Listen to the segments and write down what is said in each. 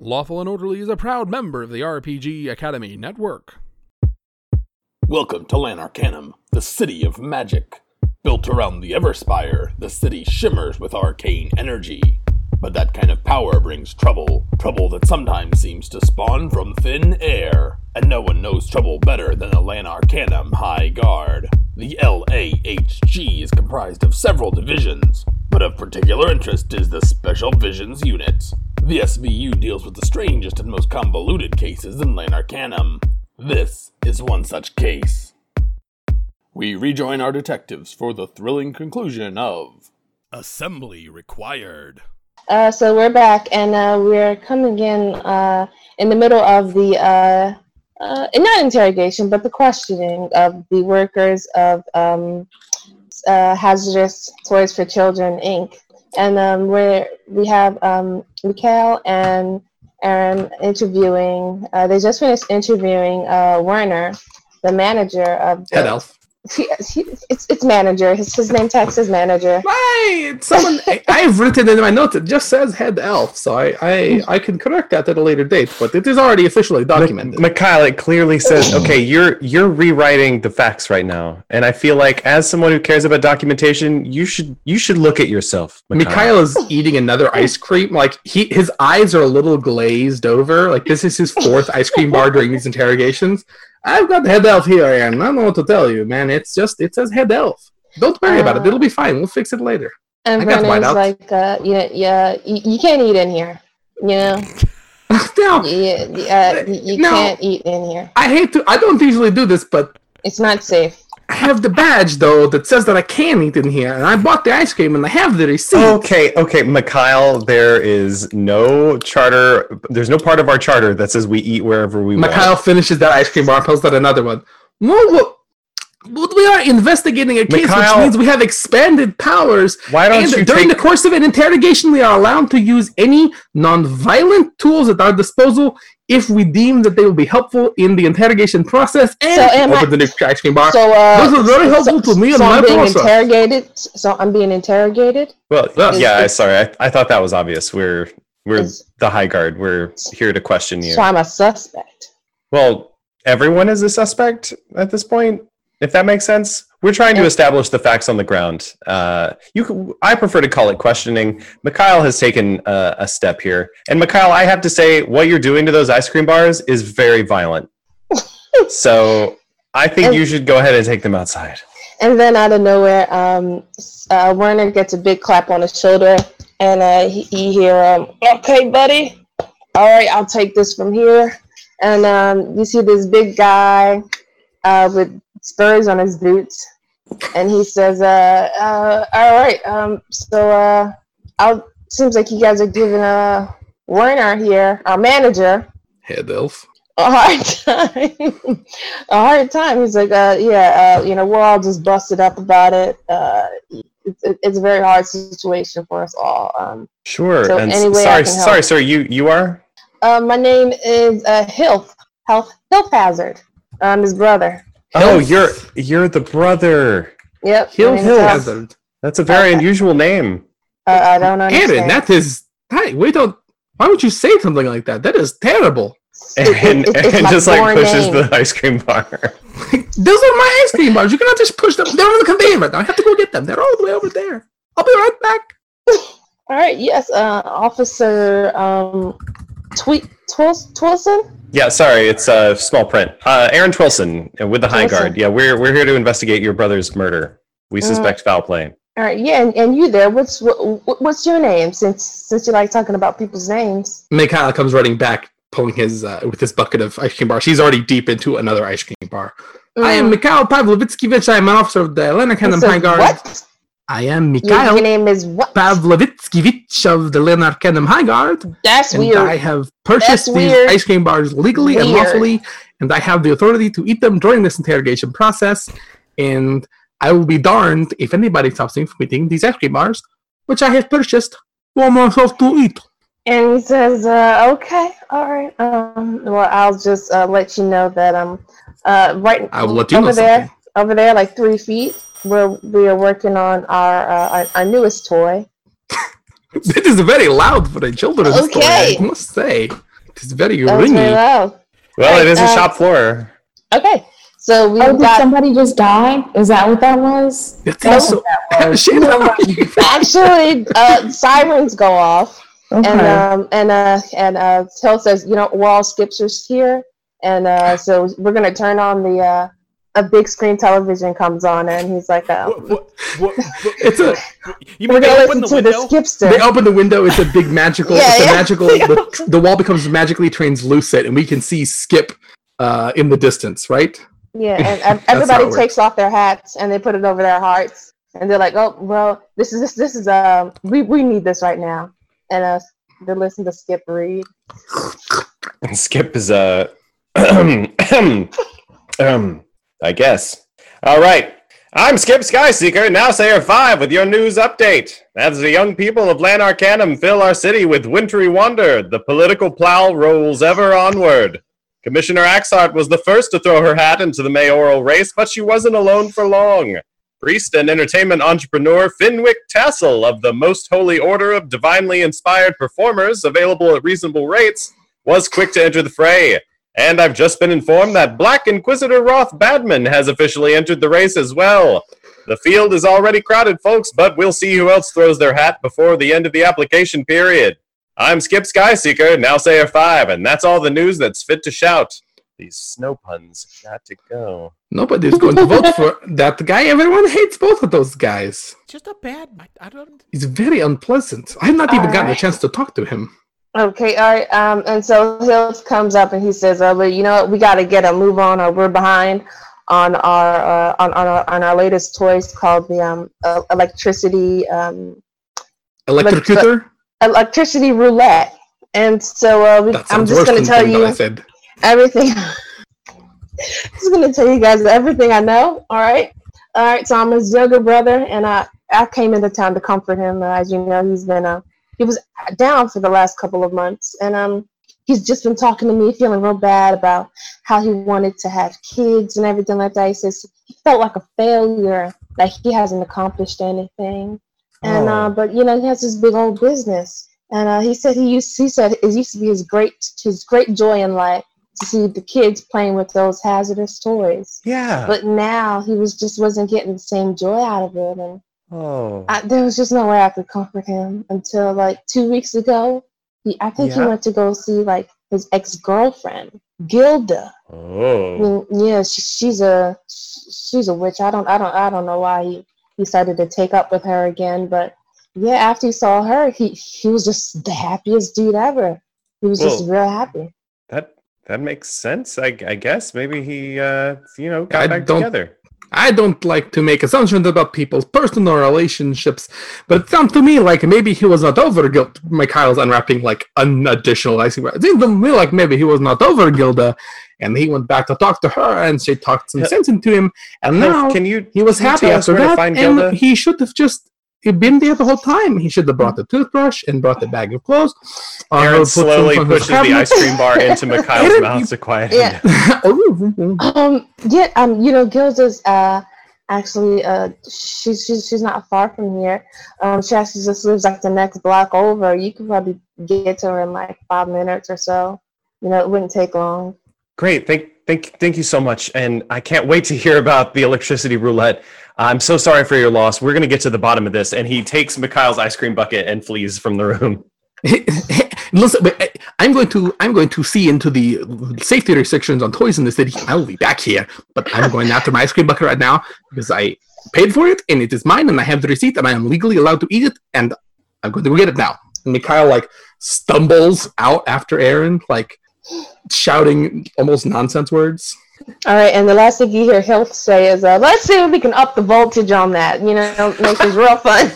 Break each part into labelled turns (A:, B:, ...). A: Lawful and Orderly is a proud member of the RPG Academy Network.
B: Welcome to Lanarcanum, the city of magic. Built around the Everspire, the city shimmers with arcane energy. But that kind of power brings trouble, trouble that sometimes seems to spawn from thin air. And no one knows trouble better than the Lanarcanum High Guard. The LAHG is comprised of several divisions, but of particular interest is the Special Visions Unit. The SVU deals with the strangest and most convoluted cases in Lanarcanum. This is one such case. We rejoin our detectives for the thrilling conclusion of
A: Assembly required.
C: Uh, so we're back, and uh, we're coming in uh, in the middle of the uh, uh, not interrogation, but the questioning of the workers of um, uh, Hazardous Toys for Children Inc. And um, where we have um, Mikhail and Aaron interviewing. Uh, they just finished interviewing uh, Werner, the manager of the,
D: Head elf.
C: He- he- it's it's manager. His his name tag says manager.
D: Why? Someone I, I've written in my notes. It just says head elf, so I, I I can correct that at a later date. But it is already officially documented.
E: Mikhail, it clearly says,
D: Oh.
E: okay, you're you're rewriting the facts right now, and I feel like as someone who cares about documentation, you should you should look at yourself, Mikhail.
D: Mikhail is eating another ice cream. Like he, his eyes are a little glazed over. Like this is his fourth ice cream bar during these interrogations. I've got head elf here, and I don't know what to tell you, man. It's just it says head elf. Don't worry about it.
C: Uh,
D: It'll be fine. We'll fix it later. I
C: And
D: got
C: Werner's
D: whiteout.
C: like, uh, yeah, yeah, you, you can't eat in here. You know,
D: now,
C: yeah, uh, you, you
D: No.
C: can't eat in here.
D: I hate to. I don't usually do this, but
C: It's not safe.
D: I have the badge though that says that I can eat in here, and I bought the ice cream, and I have the receipt.
E: Okay, okay, Mikhail, there is no charter. There's no part of our charter that says we eat wherever we
D: Mikhail
E: want.
D: finishes that ice cream bar and pulls out another one. No, well, but we are investigating a case,
E: Mikhail-
D: which means we have expanded powers.
E: Why don't
D: and
E: you
D: during
E: take-
D: the course of an interrogation, we are allowed to use any non-violent tools at our disposal if we deem that they will be helpful in the interrogation process. And
C: So am
D: open the new ice cream bar.
C: So, uh,
D: Those are very helpful
C: so,
D: to me and
C: so
D: my
C: I'm being
D: process.
C: interrogated. So I'm being interrogated.
E: Well, oh,
D: Yes.
E: yeah, I sorry, I, I thought that was obvious. We're we're
C: Is-
E: the high guard. We're here to question you.
C: So I'm a suspect.
E: Well, everyone is a suspect at this point, if that makes sense. We're trying to
C: Yeah.
E: establish the facts on the ground. Uh, you, c- I prefer to call it questioning. Mikhail has taken uh, a step here, and Mikhail, I have to say, what you're doing to those ice cream bars is very violent. so I think
C: And-
E: you should go ahead and take them outside.
C: And then out of nowhere, um, s- uh, Werner gets a big clap on his shoulder, and uh, he, you hear, um, "Okay, buddy. All right, I'll take this from here." And um, you see this big guy uh, with spurs on his boots, and he says, uh, uh, "All right, um, so uh, I'll." Seems like you guys are giving uh, Werner here, our manager,
D: Head elf.
C: a hard time. a hard time. He's like, uh, yeah, uh, you know, we're all just busted up about it. Uh, it's, it's a very hard situation for us all. Um,
E: Sure.
C: So
E: and s-
C: anyway, I
E: sorry,
C: can help.
E: sorry, sir. You you are
C: uh, my name is uh, Hilf, Health, Hilf Hazard. I'm his brother.
E: Oh, you're you're the brother.
C: Yep. my
D: Hill
C: name is
D: Hill.
C: Hilf.
D: Hazard.
E: That's a very
C: Okay.
E: unusual name.
C: Uh, I don't understand.
D: Aaron, that is. Hey, we don't. Why would you say something like that? That is terrible.
C: It- it-
E: And,
C: it- it's
E: and
C: my
E: just like
C: born
E: pushes
C: name.
E: the ice cream bar.
D: Those are my ice cream bars. You cannot just push them. They're on the conveyor right now. I have to go get them. They're all the way over there. I'll be right back.
C: All right. Yes, uh, Officer um, Tweet Twils- Twilson.
E: Yeah, sorry, it's uh, small print. Uh, Aaron Twilson uh, with the High
C: Twilson.
E: Guard. Yeah, we're we're here to investigate your brother's murder. We
C: Mm.
E: suspect foul play.
C: All right. Yeah, and, and you there? What's what, what's your name? Since since you like talking about people's names.
D: Mikhail comes running back, pulling his uh, with his bucket of ice cream bar. She's already deep into another ice cream bar. I am Mikhail Pavlovitskyvich. I am an officer of the Lena
C: Mm. He
D: Cannon
C: said,
D: High Guard.
C: What?
D: I am
C: Your, your
D: Mikhail
C: name is what?
D: Pavlovitskyvich of the Leonard Cannon High Guard,
C: That's
D: and
C: weird.
D: I have purchased
C: That's
D: these
C: weird.
D: ice cream bars legally and
C: Weird.
D: lawfully, and I have the authority to eat them during this interrogation process. And I will be darned if anybody stops me from eating these ice cream bars, which I have purchased for myself to eat.
C: and he says, uh, "Okay, all right. Um, well, I'll just uh, let you know that um, uh, right
D: I will let you
C: over
D: know
C: there,
D: something.
C: over there, like three feet, where we are working on our uh, our, our newest toy.
D: It is very loud for a children's story,
C: Okay.
D: I must say. It's very
C: That was very
D: rainy.
C: loud.
E: Well, it is a
C: Uh,
E: shop floor.
C: Okay, so we
F: Oh,
C: have
F: did
C: got
F: somebody just die? Is that what that was?
D: That's
F: That
D: also shit. How are you?
C: actually uh, sirens go off.
F: Okay.
C: and um and uh and uh Hill says, you know, we're all skipsters here, and uh so we're gonna turn on the uh a big screen television comes on, and he's like, uh,
A: What, what, what, what-
D: It's a.
A: you
C: we're
A: mean
C: gonna
A: they
C: listen
A: open the
C: to the
A: window?
D: They
C: skipster.
D: open the window. It's a big magical.
C: Yeah,
D: it's a
C: yeah.
D: magical. The, the wall becomes magically translucent, and we can see Skip uh, in the distance. Right.
C: Yeah, and ev-
D: how it
C: everybody
D: works.
C: takes off their hats and they put it over their hearts, and they're like, oh well, this is this this is um we we need this right now, and uh they listen to Skip read.
E: And Skip is a. um, I guess. All right. I'm Skip Skyseeker, now Sayer 5, with your news update. As the young people of Lanarcanum fill our city with wintry wonder, the political plow rolls ever onward. Commissioner Axart was the first to throw her hat into the mayoral race, but she wasn't alone for long. Priest and entertainment entrepreneur Finwick Tassel of the Most Holy Order of Divinely Inspired Performers, available at reasonable rates, was quick to enter the fray. And I've just been informed that Black Inquisitor Roth Badman has officially entered the race as well. The field is already crowded, folks, but we'll see who else throws their hat before the end of the application period. I'm Skip Skyseeker, now Sayer 5, and that's all the news that's fit to shout. These snow puns got to go.
D: Nobody's going to vote for that guy. Everyone hates both of those guys.
A: Just a bad. I don't.
D: He's very unpleasant. I've not even gotten a chance to talk to him.
C: Okay, all right. Um, and so Hills comes up and he says, "Oh, but you know what? We got to get a move on, or we're behind on our uh, on on our, on our latest toys called the um uh, electricity um
D: Electrocutor.
C: electricity roulette." And so uh, we,
D: That
C: I'm
D: sounds
C: just
D: worse
C: going
D: than
C: to tell
D: the thing that I
C: you
D: said.
C: everything. just going to tell you guys everything I know. All right, all right. So I'm his younger brother, and I I came into town to comfort him. Uh, as you know, he's been uh, he was down for the last couple of months, and um, he's just been talking to me, feeling real bad about how he wanted to have kids and everything like that. He says he felt like a failure, like he hasn't accomplished anything, and uh, but you know he has this big old business, and uh, he said he used he said it used to be his great his great joy in life to see the kids playing with those hazardous toys.
E: Yeah.
C: But now he was just wasn't getting the same joy out of it, and
E: Oh.
C: I, there was just no way I could comfort him until like two weeks ago. He, I think he
E: Yeah.
C: went to go see like his ex girlfriend Gilda. I
E: Oh.
C: mean, yeah, she, she's a she's a witch. I don't I don't I don't know why he decided to take up with her again, but yeah, after he saw her, he he was just the happiest dude ever. He was just
E: Whoa.
C: real happy.
E: That that makes sense. I, I guess maybe he uh you know got
D: I
E: back
D: don't-
E: together.
D: I don't like to make assumptions about people's personal relationships, but it sounds to me like maybe he was not over Gilda. Mikhail's unwrapping like an additional icing. It seems to me like maybe he was not over Gilda, and he went back to talk to her, and she talked some
E: Yeah.
D: sense into him, and
E: Hilf,
D: now
E: can you
D: he was
E: can you
D: happy
E: tell us
D: after
E: where to
D: that,
E: find
D: and
E: Gilda?
D: he should have just been there the whole time. He should have brought the toothbrush and brought the bag of clothes. Uh,
E: Aaron
D: put some
E: slowly
D: from his
E: pushes the
D: cabinet.
E: ice cream bar into Mikhail's
D: Aaron,
E: mouth
D: you-
E: to quiet
C: Yeah.
E: him down.
D: Oh,
C: Um, yeah, um, you know, Gilda's uh actually uh she's she's she's not far from here. Um, she actually just lives like the next block over. You could probably get to her in like five minutes or so. You know, it wouldn't take long.
E: Great. Thank thank thank you so much. And I can't wait to hear about the electricity roulette. I'm so sorry for your loss. We're gonna get to the bottom of this. And he takes Mikhail's ice cream bucket and flees from the room.
D: Listen, but I- I'm going to I'm going to see into the safety restrictions on toys in the city. I'll be back here, but I'm going after my ice cream bucket right now because I paid for it and it is mine, and I have the receipt, and I am legally allowed to eat it, and I'm going to go get it now. And Mikhail like stumbles out after Aaron, like shouting almost nonsense words.
C: All right, and the last thing you hear Health say is, uh, "Let's see if we can up the voltage on that." You know, make this real fun.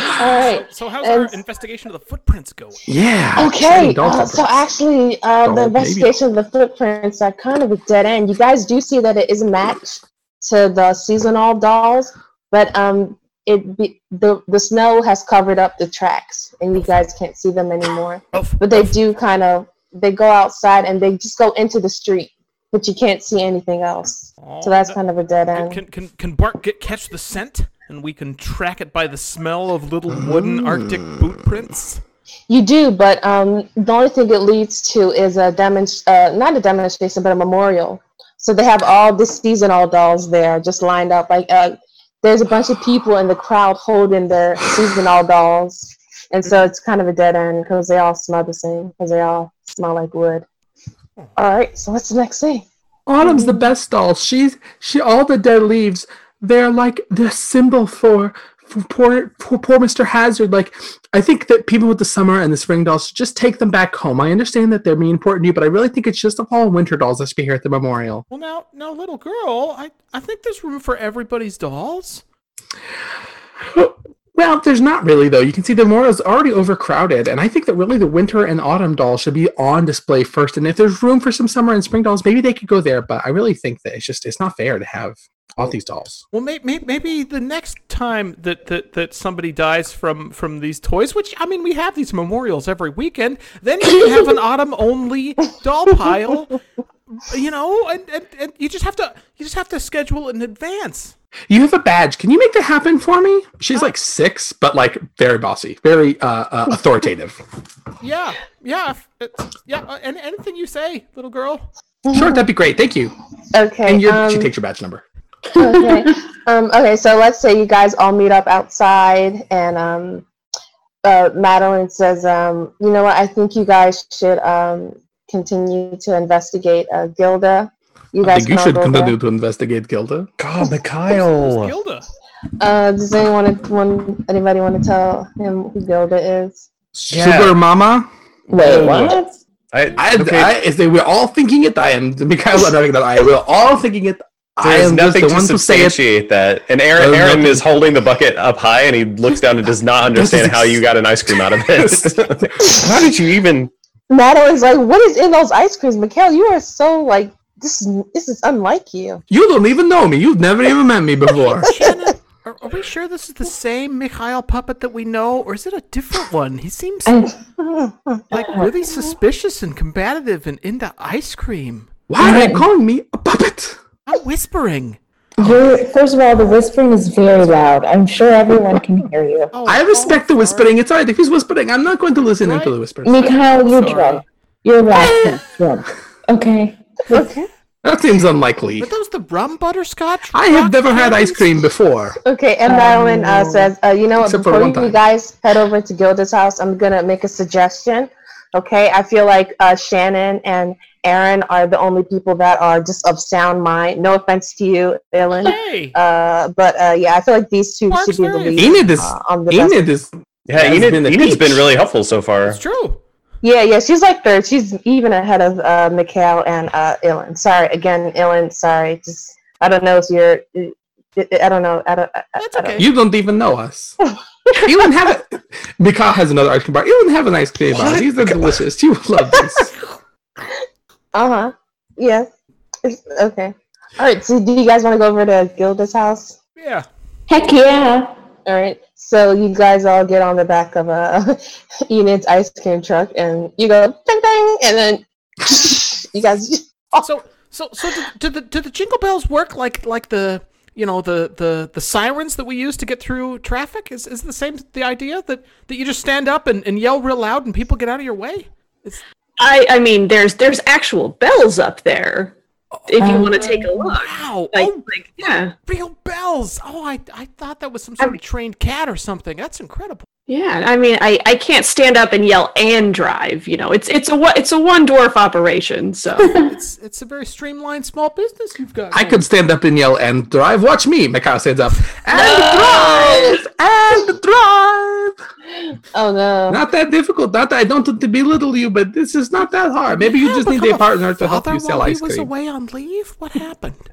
C: All right.
A: So how's our
C: And-
A: investigation of the footprints going?
D: Yeah.
C: Okay,
D: exciting dog
C: uh, so
D: footprints.
C: actually, uh,
D: Dog,
C: the
D: maybe.
C: investigation of the footprints are kind of a dead end. You guys do see that it is matched to the seasonal dolls, but um, it be, the the snow has covered up the tracks, and you guys can't see them anymore.
A: Oof,
C: But they
A: oof.
C: do kind of they go outside and they just go into the street, but you can't see anything else.
A: Aw,
C: So that's
A: Oh, that-
C: kind of a dead
A: Can-
C: end.
A: Can can can Bart get catch the scent, and we can track it by the smell of little wooden Arctic boot prints?
C: You do, but um, the only thing it leads to is a demonst- uh, not a demonstration, but a memorial. So they have all the seasonal dolls there, just lined up. Like uh, there's a bunch of people in the crowd holding their seasonal dolls, and so it's kind of a dead end because they all smell the same because they all smell like wood. All right, so what's the next thing?
D: Autumn's the best doll. She's she all the dead leaves. They're like the symbol for for poor for poor Mr. Hazard. Like I think that people with the summer and the spring dolls should just take them back home. I understand that they're mean important to you, but I really think it's just the fall and winter dolls that should be here at the memorial.
A: Well, now, now, little girl, I, I think there's room for everybody's dolls.
D: Well, there's not really though. You can see the memorial's already overcrowded, and I think that really the winter and autumn dolls should be on display first. And if there's room for some summer and spring dolls, maybe they could go there. But I really think that it's just it's not fair to have all these dolls.
A: Well, may, may, maybe the next time that, that, that somebody dies from, from these toys, which, I mean, we have these memorials every weekend, then you can have an autumn only doll pile, you know, and, and, and you just have to you just have to schedule in advance.
D: You have a badge. Can you make that happen for me? She's
C: Uh.
D: like six, but like very bossy, very uh, uh, authoritative.
A: Yeah, yeah, if- it's- yeah. uh, Any, anything you say, little girl.
D: sure, that'd be great. Thank you.
C: Okay.
D: And your,
C: Mm-hmm. um,
D: she takes your badge number.
C: okay. Um, okay, so let's say you guys all meet up outside, and um, uh, Madeline says, um, "You know what? I think you guys should um, continue to investigate uh, Gilda. You
D: I
C: guys
D: think you
C: can all
D: should
C: go
D: continue
C: there.
D: to investigate Gilda.
E: God,
C: Oh,
A: Who's
E: Mikhail.
A: Gilda.
C: Uh, does anyone, one, anybody want to tell him who Gilda is?
E: Yeah.
D: Sugar Mama.
F: Wait,
E: Whoa.
F: what?
E: I,
D: I,
E: okay,
D: I, is that we're all thinking it. I am Mikhail. I'm not that I. We're all thinking it. I
E: there's
D: am just
E: nothing
D: the
E: to
D: one to say it.
E: substantiate that. And Aaron,
D: There's
E: Aaron
D: nothing-
E: is holding the bucket up high, and he looks down and does not
D: This is
E: understand how you got an ice cream out of it. how did you even?
C: Madeline's like, "What is in those ice creams, Mikhail? You are so like this. is- This is unlike you."
D: You don't even know me. You've never even met me before.
A: Shannon, are, are we sure this is the same Mikhail puppet that we know, or is it a different one? He seems
C: Oh,
F: I,
A: like really suspicious and combative and into ice cream.
D: Why are you calling me a puppet?
A: I'm whispering.
F: you're, first of all, the whispering is very loud. I'm sure everyone can hear you.
A: Oh,
D: I respect the
A: sorry.
D: whispering. It's alright if he's whispering. I'm not going to listen into the whispers.
F: Mikhail, you're
A: Sorry.
F: drunk. You're laughing. drunk. Okay.
C: Okay.
D: That seems unlikely.
A: Are those the rum butterscotch?
D: I have
A: rock
D: never had
A: candies?
D: ice cream before.
C: Okay, and Madeline uh, says, uh, you know what,
D: Um, Except for
C: before
D: one
C: you
D: time.
C: guys head over to Gilda's house, I'm going to make a suggestion. Okay, I feel like uh, Shannon and Aaron are the only people that are just of sound mind. No offense to you, Dylan.
A: Hey,
C: Uh, but uh, yeah, I feel like these two
A: Mark's
C: should be the
A: very-
C: lead.
D: Enid is
A: Ah,
C: Uh, on the best.
D: Enid is
E: Yeah,
D: That's
E: Enid,
D: been the
E: Enid's
D: peach.
E: been really helpful so far.
A: it's true.
C: Yeah, yeah, she's like third. She's even ahead of uh, Mikhail and uh, Ilan. Sorry, again, Ilan, sorry. Just, I don't know if you're, I I don't know. I don't, I, I-
A: That's
C: I don't
A: okay.
D: you don't even know us. you wouldn't have a Mikhail has another ice cream bar. You wouldn't have an ice cream bar.
E: What?
D: These are delicious. You would love this.
C: Uh huh. Yes. Okay. All right. So, do you guys want to go over to Gilda's house?
A: Yeah.
F: Heck yeah.
C: All right. So you guys all get on the back of uh, Enid's ice cream truck, and you go ding ding, and then you guys.
A: So, so, so, do, do the do the jingle bells work like like the you know the the the sirens that we use to get through traffic? Is is the same the idea that that you just stand up and, and yell real loud and people get out of your way?
G: I I mean, there's there's actual bells up there. If you want to take a look,
A: Wow!
G: like,
A: oh,
G: like yeah,
A: real bells! Oh, I I thought that was some sort of trained cat or something. That's incredible.
G: yeah. I mean, I I can't stand up and yell and drive. You know, it's it's a one- it's a one dwarf operation. So
A: It's it's a very streamlined small business you've got.
D: I
A: going.
D: could stand up and yell and drive. Watch me. Mikhail stands up and drive and drive.
C: Oh no.
D: Not that difficult. Not that I don't want to belittle you, but this is not that hard. Maybe you
A: Yeah,
D: just need
A: become
D: a partner to help
A: father
D: you sell
A: while
D: ice
A: he was
D: cream.
A: away on leave. What happened?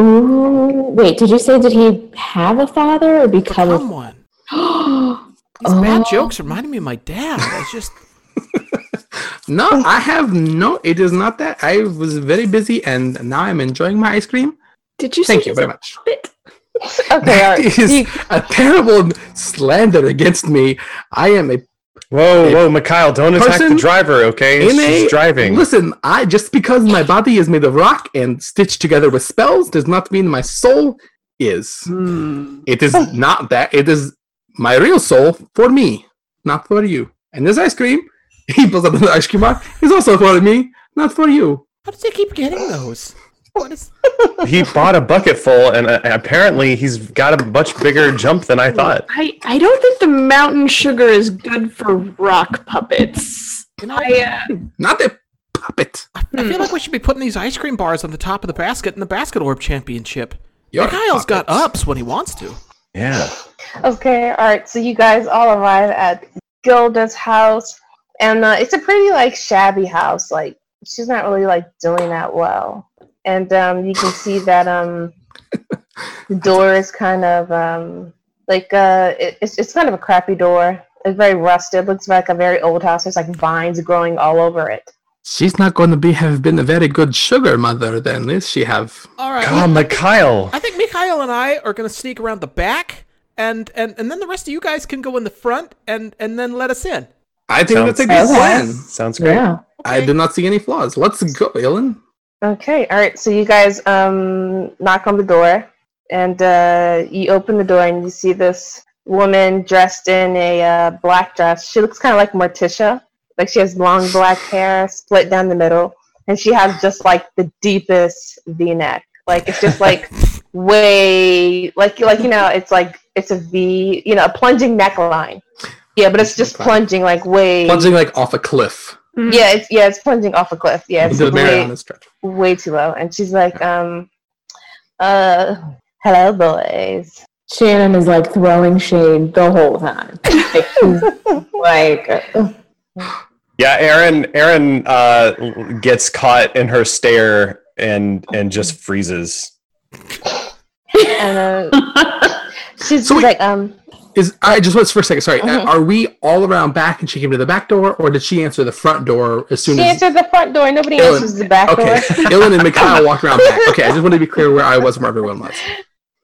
F: Ooh, wait, did you say did he have a father or become?
A: Become
F: a-
A: one. These
D: Oh.
A: bad jokes reminded me of my dad. I just
D: No,
A: Oh.
D: I have no. It is not that. I was very busy, and now I'm enjoying my ice cream.
G: did you?
D: Thank you
G: say he's
D: very
G: a
D: much.
G: puppet?
C: Okay. All
D: That
C: right.
D: is a terrible slander against me. I am a
E: Whoa, whoa, Mikhail, don't attack
D: Person
E: the driver, okay?
D: in
E: She's
D: a-
E: driving.
D: Listen, I just because my body is made of rock and stitched together with spells does not mean my soul
A: Hmm.
D: is. It is not that. It is my real soul for me, not for you. And this ice cream, he pulls up another ice cream bar, is also for me, not for you.
A: How does he keep getting those? What is?
E: He bought a bucket full, and uh, apparently he's got a much bigger jump than I thought.
G: I, I don't think the mountain sugar is good for rock puppets.
A: You know,
G: I, uh,
D: Not a puppet.
A: I feel like we should be putting these ice cream bars on the top of the basket in the basket orb championship.
D: You're
A: Kyle's got
D: puppets.
A: ups when he wants to.
E: Yeah.
C: Okay, all right. So you guys all arrive at Gilda's house, and uh, it's a pretty like shabby house. Like she's not really like doing that well, and um, you can see that um, the door is kind of um, like uh, it, it's it's kind of a crappy door. It's very rusted. Looks like a very old house. There's like vines growing all over it.
D: She's not going to be have been a very good sugar mother then, is she? Have
A: All right.
E: God, Mikhail.
A: I think Mikhail and I are gonna sneak around the back, and and and then the rest of you guys can go in the front, and and then let us in.
D: I think
E: Sounds-
D: that's a good
F: Okay.
D: plan.
E: Sounds great.
F: Yeah.
D: I do not see any flaws. Let's go, Ilan.
C: Okay, all right. So you guys um, knock on the door, and uh, you open the door, and you see this woman dressed in a uh, black dress. She looks kind of like Morticia, like she has long black hair split down the middle, and she has just like the deepest V-neck. Like it's just like way, like like you know, it's like it's a V, you know, a plunging neckline. Yeah, but it's just plunging like way.
D: Plunging like off a cliff
C: Yeah, it's yeah, it's plunging off a cliff. Yeah, it's
D: into the
C: way-
D: Mariana Stretch.
C: way too low. And she's like, um, uh, hello, boys.
F: Shannon is like throwing shade the whole time. Like, she's, like uh,
E: Yeah, Aaron. Aaron uh, gets caught in her stare and and just freezes.
C: And uh, she's
D: So wait-
C: like, um,
D: Is I just was for a second. Sorry,
C: Mhm.
D: are we all around back and she came to the back door, or did she answer the front door as soon
C: she
D: as?
C: answers the front door. Nobody
D: Ellen-
C: answers the back door.
D: Okay, Ilan and Mikhail walked around back. Okay, I just wanted to be clear where I was, and where everyone was.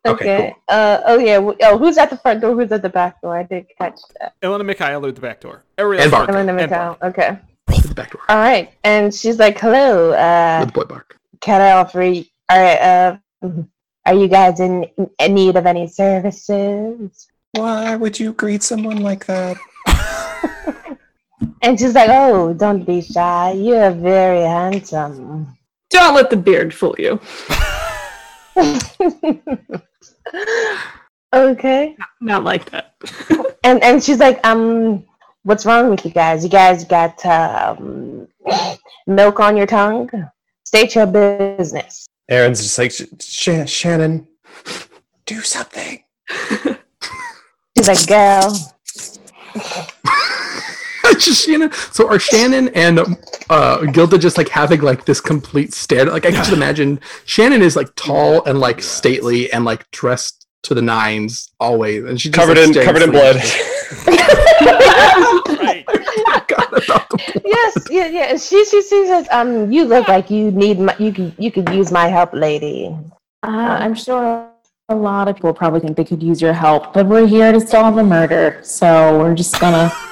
D: Okay,
C: Uh, oh yeah. w- Oh, who's at the front door? Who's at the back door? I did catch that.
A: Ellen and Mikhail at the back door. Ariel
D: And Bark.
C: Elena
A: And
C: McCall. Okay.
D: Roll for the back door.
C: All right. And she's like, hello. Uh,
D: With boy bark.
C: cut out free. All right. Uh, are you guys in, in need of any services?
E: Why would you greet someone like that?
C: And she's like, "Oh, don't be shy. You're very handsome."
G: don't let the beard fool you.
C: okay.
G: Not like that.
C: And and she's like, "Um, what's wrong with you guys? You guys got um, milk on your tongue? State your business."
E: Aaron's just like "Sh- Shannon. Do something.
C: She's like, "Girl,
D: Just Shannon. So are Shannon and uh, Gilda just like having like this complete stare? Like I can just imagine Shannon is like tall and like stately and like dressed to the nines always, and she's just,
E: Covered
D: like,
E: in
D: staring
E: covered in blood.
D: freakishly.
A: Right.
D: God, about the blood.
C: yes, yeah, yeah." And She she she says, "Um, you look like you need my you could you could use my help, lady."
F: Uh, I'm sure a lot of people probably think they could use your help, but we're here to solve a murder, so we're just gonna.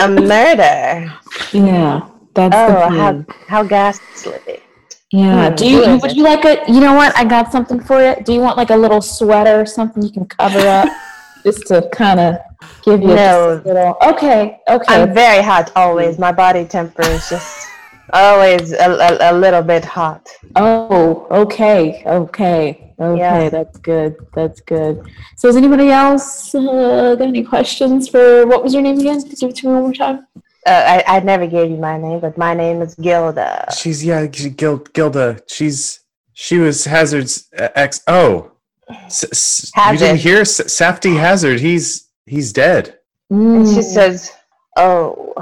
C: A murder.
F: Yeah, that's the
C: oh,
F: plan.
C: how how ghastly.
F: Yeah.
C: Hmm,
F: Do you
C: what is
F: would
C: it?
F: you like a you know what? I got something for you. Do you want like a little sweater or something you can cover up just to kind of give you
C: No.
F: just a little uh, Okay, okay.
C: I'm very hot always. My body temper is just always a, a, a little bit hot.
F: oh, okay. Okay. Okay,
C: Yeah.
F: that's good. That's good. So has anybody else uh, got any questions for what was your name again? Give it to me one more time.
C: Uh, I, I never gave you my name, but my name is Gilda.
E: She's yeah, she- Gil- Gilda. She's she was Hazard's uh, ex. Oh, S- s- you didn't
C: Hazard.
E: hear S- Safety Hazard. He's he's dead.
C: And
F: Mm.
C: she says, "Oh,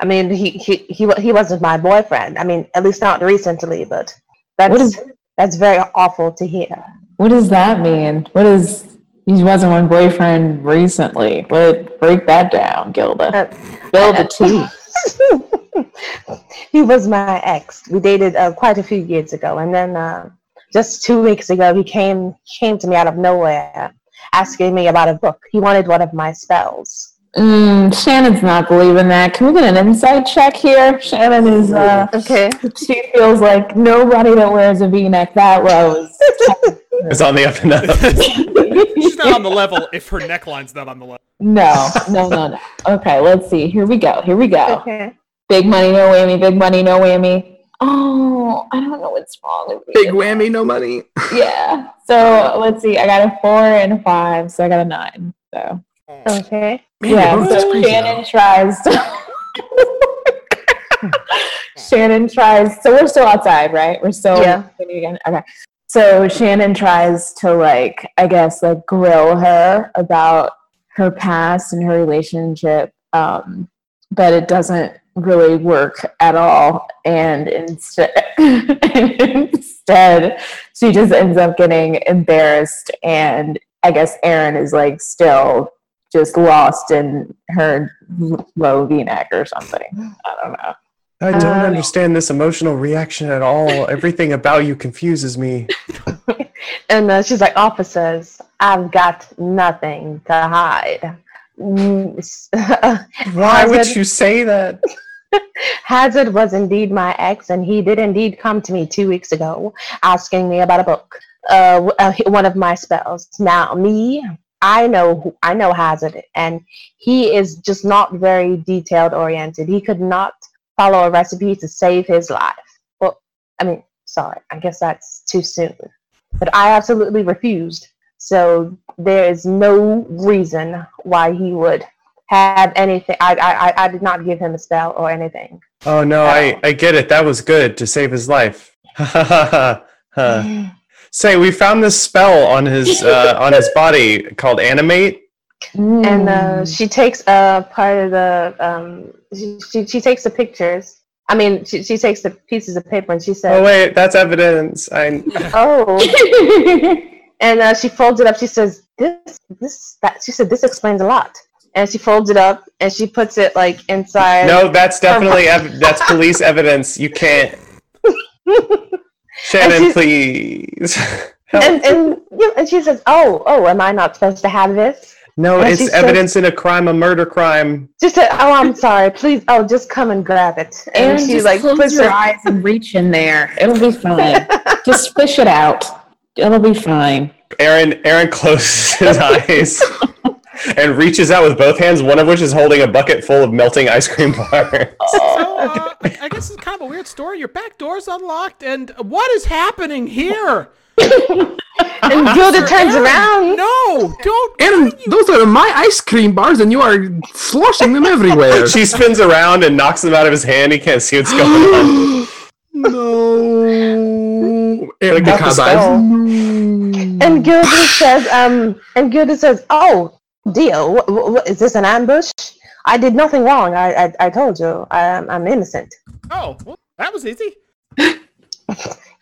C: I mean, he he he wa- he wasn't my boyfriend. I mean, at least not recently. But that's
F: What is-
C: that's very awful to hear.
F: What does that mean? What is he wasn't my boyfriend recently? What break that down, Gilda?
C: Uh,
F: Gilda T.
C: he was my ex. We dated uh, quite a few years ago, and then uh, just two weeks ago, he came came to me out of nowhere, asking me about a book. He wanted one of my spells.
F: Mm, Shannon's not believing that. Can we get an inside check here? Shannon is, uh,
C: Okay.
F: she feels like nobody that wears a v neck that low is
E: It's on the up and up.
A: She's not on the level if her neckline's not on the level.
F: no, no, no, no. Okay, let's see. Here we go. Here we go.
C: Okay.
F: Big money, no whammy. Big money, no whammy. Oh, I don't know what's wrong with me.
D: Big whammy, no money.
F: Yeah. So let's see. I got a four and a five, so I got a nine. So
C: Okay.
D: Man,
F: yeah.
D: your bonus is
F: so
D: crazy,
F: Shannon
D: though.
F: tries. To Shannon tries. So we're still outside, right? We're still
C: Yeah.
F: Again. Okay. So Shannon tries to like, I guess, like grill her about her past and her relationship, um, but it doesn't really work at all. And instead, instead, she just ends up getting embarrassed. And I guess Erin is like still just lost in her l- low V neck or something. I don't know.
E: I don't
C: Uh,
E: understand this emotional reaction at all. Everything about you confuses me.
C: And uh, she's like, officers, I've got nothing to hide. Mm, s-
E: Why would
C: Hazard.
E: you say that?
C: Hazard was indeed my ex, and he did indeed come to me two weeks ago asking me about a book, uh, w- uh, one of my spells. Now, me, I know, who- I know Hazard, and he is just not very detailed oriented. He could not follow a recipe to save his life. Well, I mean, sorry, I guess that's too soon, but I absolutely refused. So there is no reason why he would have anything. I, I, I- I did not give him a spell or anything.
E: Oh no, I, I get it. That was good to save his life. Huh.
C: Uh,
E: Say, we found this spell on his uh, on his body called animate.
C: and
F: Mm.
C: uh, she takes uh, part of the um, she, she, she takes the pictures i mean she, she takes the pieces of paper and she
E: Oh
C: says
E: wait, that's evidence. I
C: oh, and uh, she folds it up she says this this that she said this explains a lot and she folds it up and she puts it like inside
E: no, that's definitely ev- that's police evidence. You can't, Shannon,
C: she's-
E: please. Help.
C: and and, you know, and she says oh oh am i not supposed to have this
E: no,
C: and
E: it's
C: she said-
E: evidence in a crime, a murder crime.
C: she said oh i'm sorry please oh just come and grab it and, she like puts
F: your
C: it
F: eyes and reach in there. It'll be fine. just fish it out. It'll be fine.
E: Aaron Aaron closes his eyes and reaches out with both hands, one of which is holding a bucket full of melting ice cream bars.
A: So, uh, I I guess it's kind of a weird story. Your back door's unlocked, and what is happening here?
C: and gilda
A: Sir
C: turns
A: Aaron,
C: around
A: No, don't.
D: Aaron, those are my ice cream bars, and you are sloshing them everywhere.
E: she spins around and knocks them out of his hand. He can't see what's going on.
D: no.
E: But it
D: Aaron
E: got the
D: Bukai's
E: spell.
D: eyes.
C: And Gilda says, um, and Gilda says, oh, dear, wh- wh- wh- is this an ambush? I did nothing wrong. I, I, I told you, I'm, I'm innocent.
A: Oh, well, that was easy.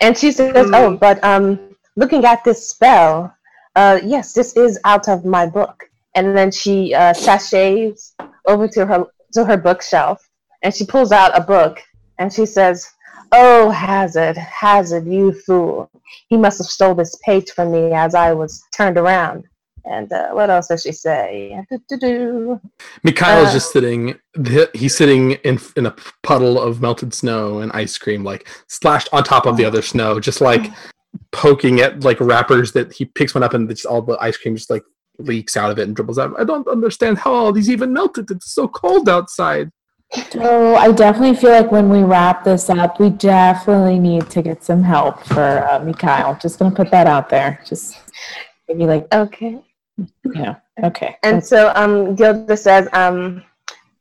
C: And she says, oh, but um, looking at this spell, uh, yes, this is out of my book. And then she uh, sachets over to her to her bookshelf, and she pulls out a book, and she says, "Oh, Hazard, Hazard, you fool! He must have stole this page from me as I was turned around." And uh, what else does she say? Do-do-do.
D: Mikhail's
C: Uh,
D: just sitting. th- He's sitting in in a puddle of melted snow and ice cream, like splashed on top of the other snow, just like poking at like wrappers that he picks one up and just all the ice cream just like leaks out of it and dribbles out. I don't understand how all these even melted. It's so cold outside.
F: So I definitely feel like when we wrap this up, we definitely need to get some help for uh, Mikhail. Just gonna put that out there. Just maybe like,
C: Okay.
F: yeah, okay.
C: And so um, Gilda says, um,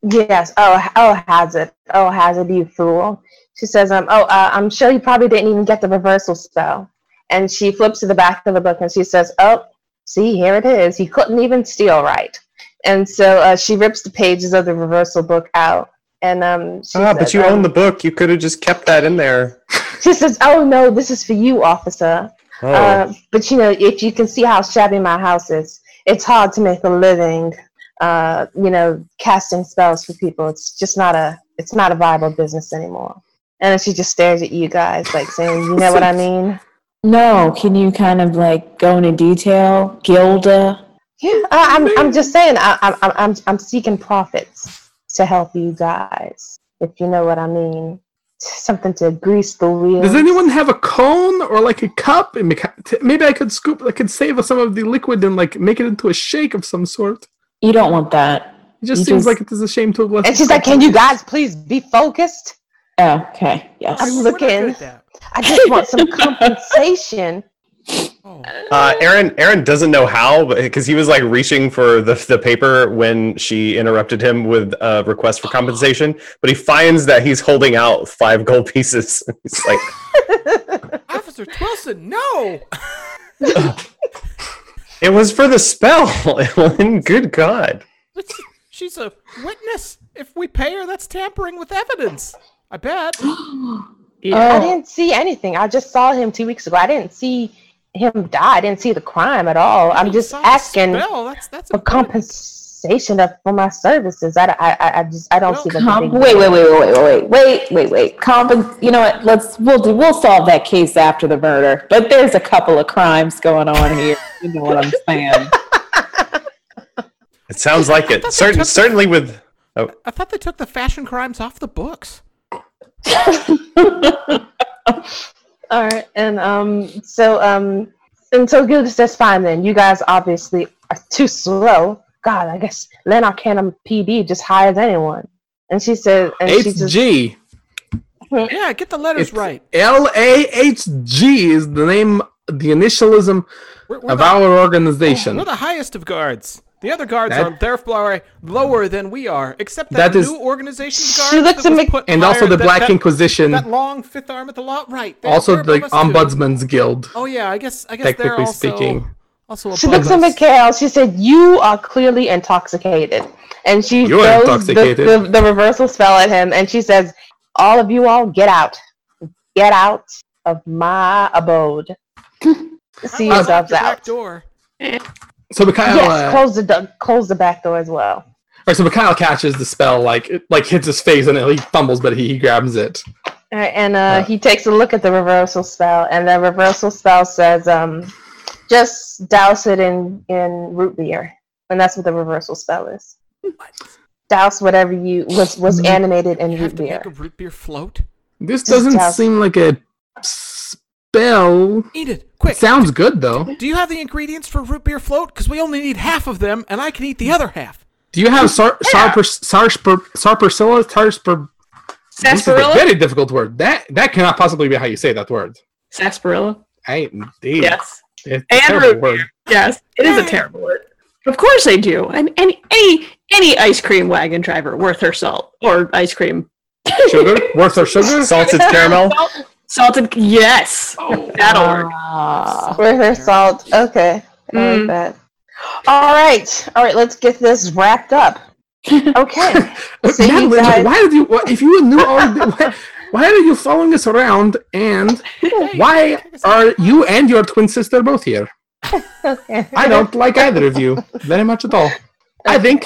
C: yes, oh, oh, Hazard, oh, Hazard, you fool. She says, um, oh, uh, I'm sure you probably didn't even get the reversal spell. And she flips to the back of the book and she says, oh, see, here it is. He couldn't even steal right. And so uh, she rips the pages of the reversal book out. And um, she
E: Ah, but
C: says,
E: you
C: um,
E: own the book. You could have just kept that in there.
C: She says, oh, no, this is for you, officer.
E: Oh.
C: Uh, but you know, if you can see how shabby my house is, it's hard to make a living. Uh, you know, casting spells for people. It's just not a. It's not a viable business anymore. And then she just stares at you guys, like saying, "You know what I mean?"
F: No, can you kind of like go into detail, Gilda?
C: Yeah. Uh, I'm. I'm just saying. I, I, I'm- I'm. I'm seeking profits to help you guys, if you know what I mean. Something to grease the wheels.
D: Does anyone have a cone or like a cup? And make- t- Maybe I could scoop, I could save some of the liquid and like make it into a shake of some sort.
F: You don't want that.
D: It just
F: You
D: seems
F: just-
D: like it is a shame to have left.
C: And
D: it
C: she's like,
D: open.
C: "Can you guys please be focused?
F: Oh, okay. Yes.
C: I'm
A: We're not good
C: looking.
A: at that.
C: I just want some compensation."
A: Oh.
E: Uh, Aaron Aaron doesn't know how because he was like reaching for the, the paper when she interrupted him with a request for compensation, but he finds that he's holding out five gold pieces. he's like,
A: Officer Twilson, no!
E: it was for the spell, Ellen. Good God.
A: It's- She's a witness. If we pay her, that's tampering with evidence. I bet.
C: I
F: Oh.
C: didn't see anything. I just saw him two weeks ago. I didn't see him die. I didn't see the crime at all. I'm just
A: Saw the
C: asking
A: Spell. That's that's
C: for
A: important.
C: compensation of, for my services. I, I, I- I just I don't
A: Well,
C: see the
F: Comp-
C: big
F: wait, wait, wait, wait, wait, wait, wait, wait, wait. Comp- you know what? Let's we'll do we'll solve that case after the murder. But there's a couple of crimes going on here. You know what I'm saying?
E: It sounds like it.
A: That's a
E: Certain,
A: tough-
E: certainly with.
A: I thought they took the fashion crimes off the books.
C: All right, and um, so um, and so Gildas, that's fine then. You guys obviously are too slow. God, I guess Len Arcanum PD just hires anyone. And she says, and she
D: It's
C: just
D: G.
A: Yeah, get the letters
D: It's-
A: right.
D: L A H G is the name, the initialism
A: We're, we're,
D: of
A: the,
D: our organization.
A: we're the highest of guards. The other guards
D: That-
A: are therefore lower than we are, except that,
D: That is-
A: new organization of guards
C: She looks
A: that
C: at
A: was
C: me-
A: put
D: and also
A: higher-
D: the
A: that-
D: Black
A: that,
D: Inquisition,
A: That long fifth arm at the law, right? they're-
D: also
A: they're
D: the
A: above us too.
D: Ombudsman's Guild,
A: Oh yeah, I guess I guess they're
D: technically
A: also
D: speaking.
A: also
C: She
A: above
C: looks at
A: us.
C: Mikhail. She said, "You are clearly intoxicated," and she
D: You're
C: throws
D: intoxicated.
C: The, the, the reversal spell at him, and she says, "All of you all, get out, get out of my abode." See
A: I will lock
C: yourselves
A: your back
C: out.
A: door.
D: So Mikhail,
C: Yes,
D: uh,
C: close the do- close the back door as well.
D: or so Mikhail catches the spell, like it, like hits his face and it, he fumbles, but he, he grabs it.
C: All right, and uh, he takes a look at the reversal spell, and the reversal spell says, um, "Just douse it in in root beer," and that's what the reversal spell is. Douse whatever you was was animated in
A: You have
C: root
A: to
C: beer.
A: make a root beer float.
D: This
C: Just
D: doesn't
C: douse-
D: seem like a spell.
A: Eat it quick.
D: Sounds good though.
A: Do you have the ingredients for root beer float? Because we only need half of them, and I can eat the other half.
D: Do you have sar sarper sarper sarpercilla sarper? This is a
G: Sarsaparilla?
D: very difficult word. That that cannot possibly be how you say that word.
G: Sarsaparilla?
D: I dude,
G: Yes.
D: it's a
G: And
D: terrible
G: root
D: word.
G: Yes. It is a terrible word. Of course they do. And any any any ice cream wagon driver worth her salt or ice cream
D: Sugar worth of sugar.
E: Salted caramel?
G: Salt- salted yes.
D: Oh,
G: That'll work.
F: Ah.
C: With her salt. Okay. I like
G: Mm.
C: that. All right. All right. Let's get this wrapped up. Okay.
D: What-
C: So
D: yeah,
C: you
D: but
C: guys-
D: why did you? Why, if you knew all, the, why, why are you following us around? And why are you and your twin sister both here?
C: okay.
D: I don't like either of you very much at all. I think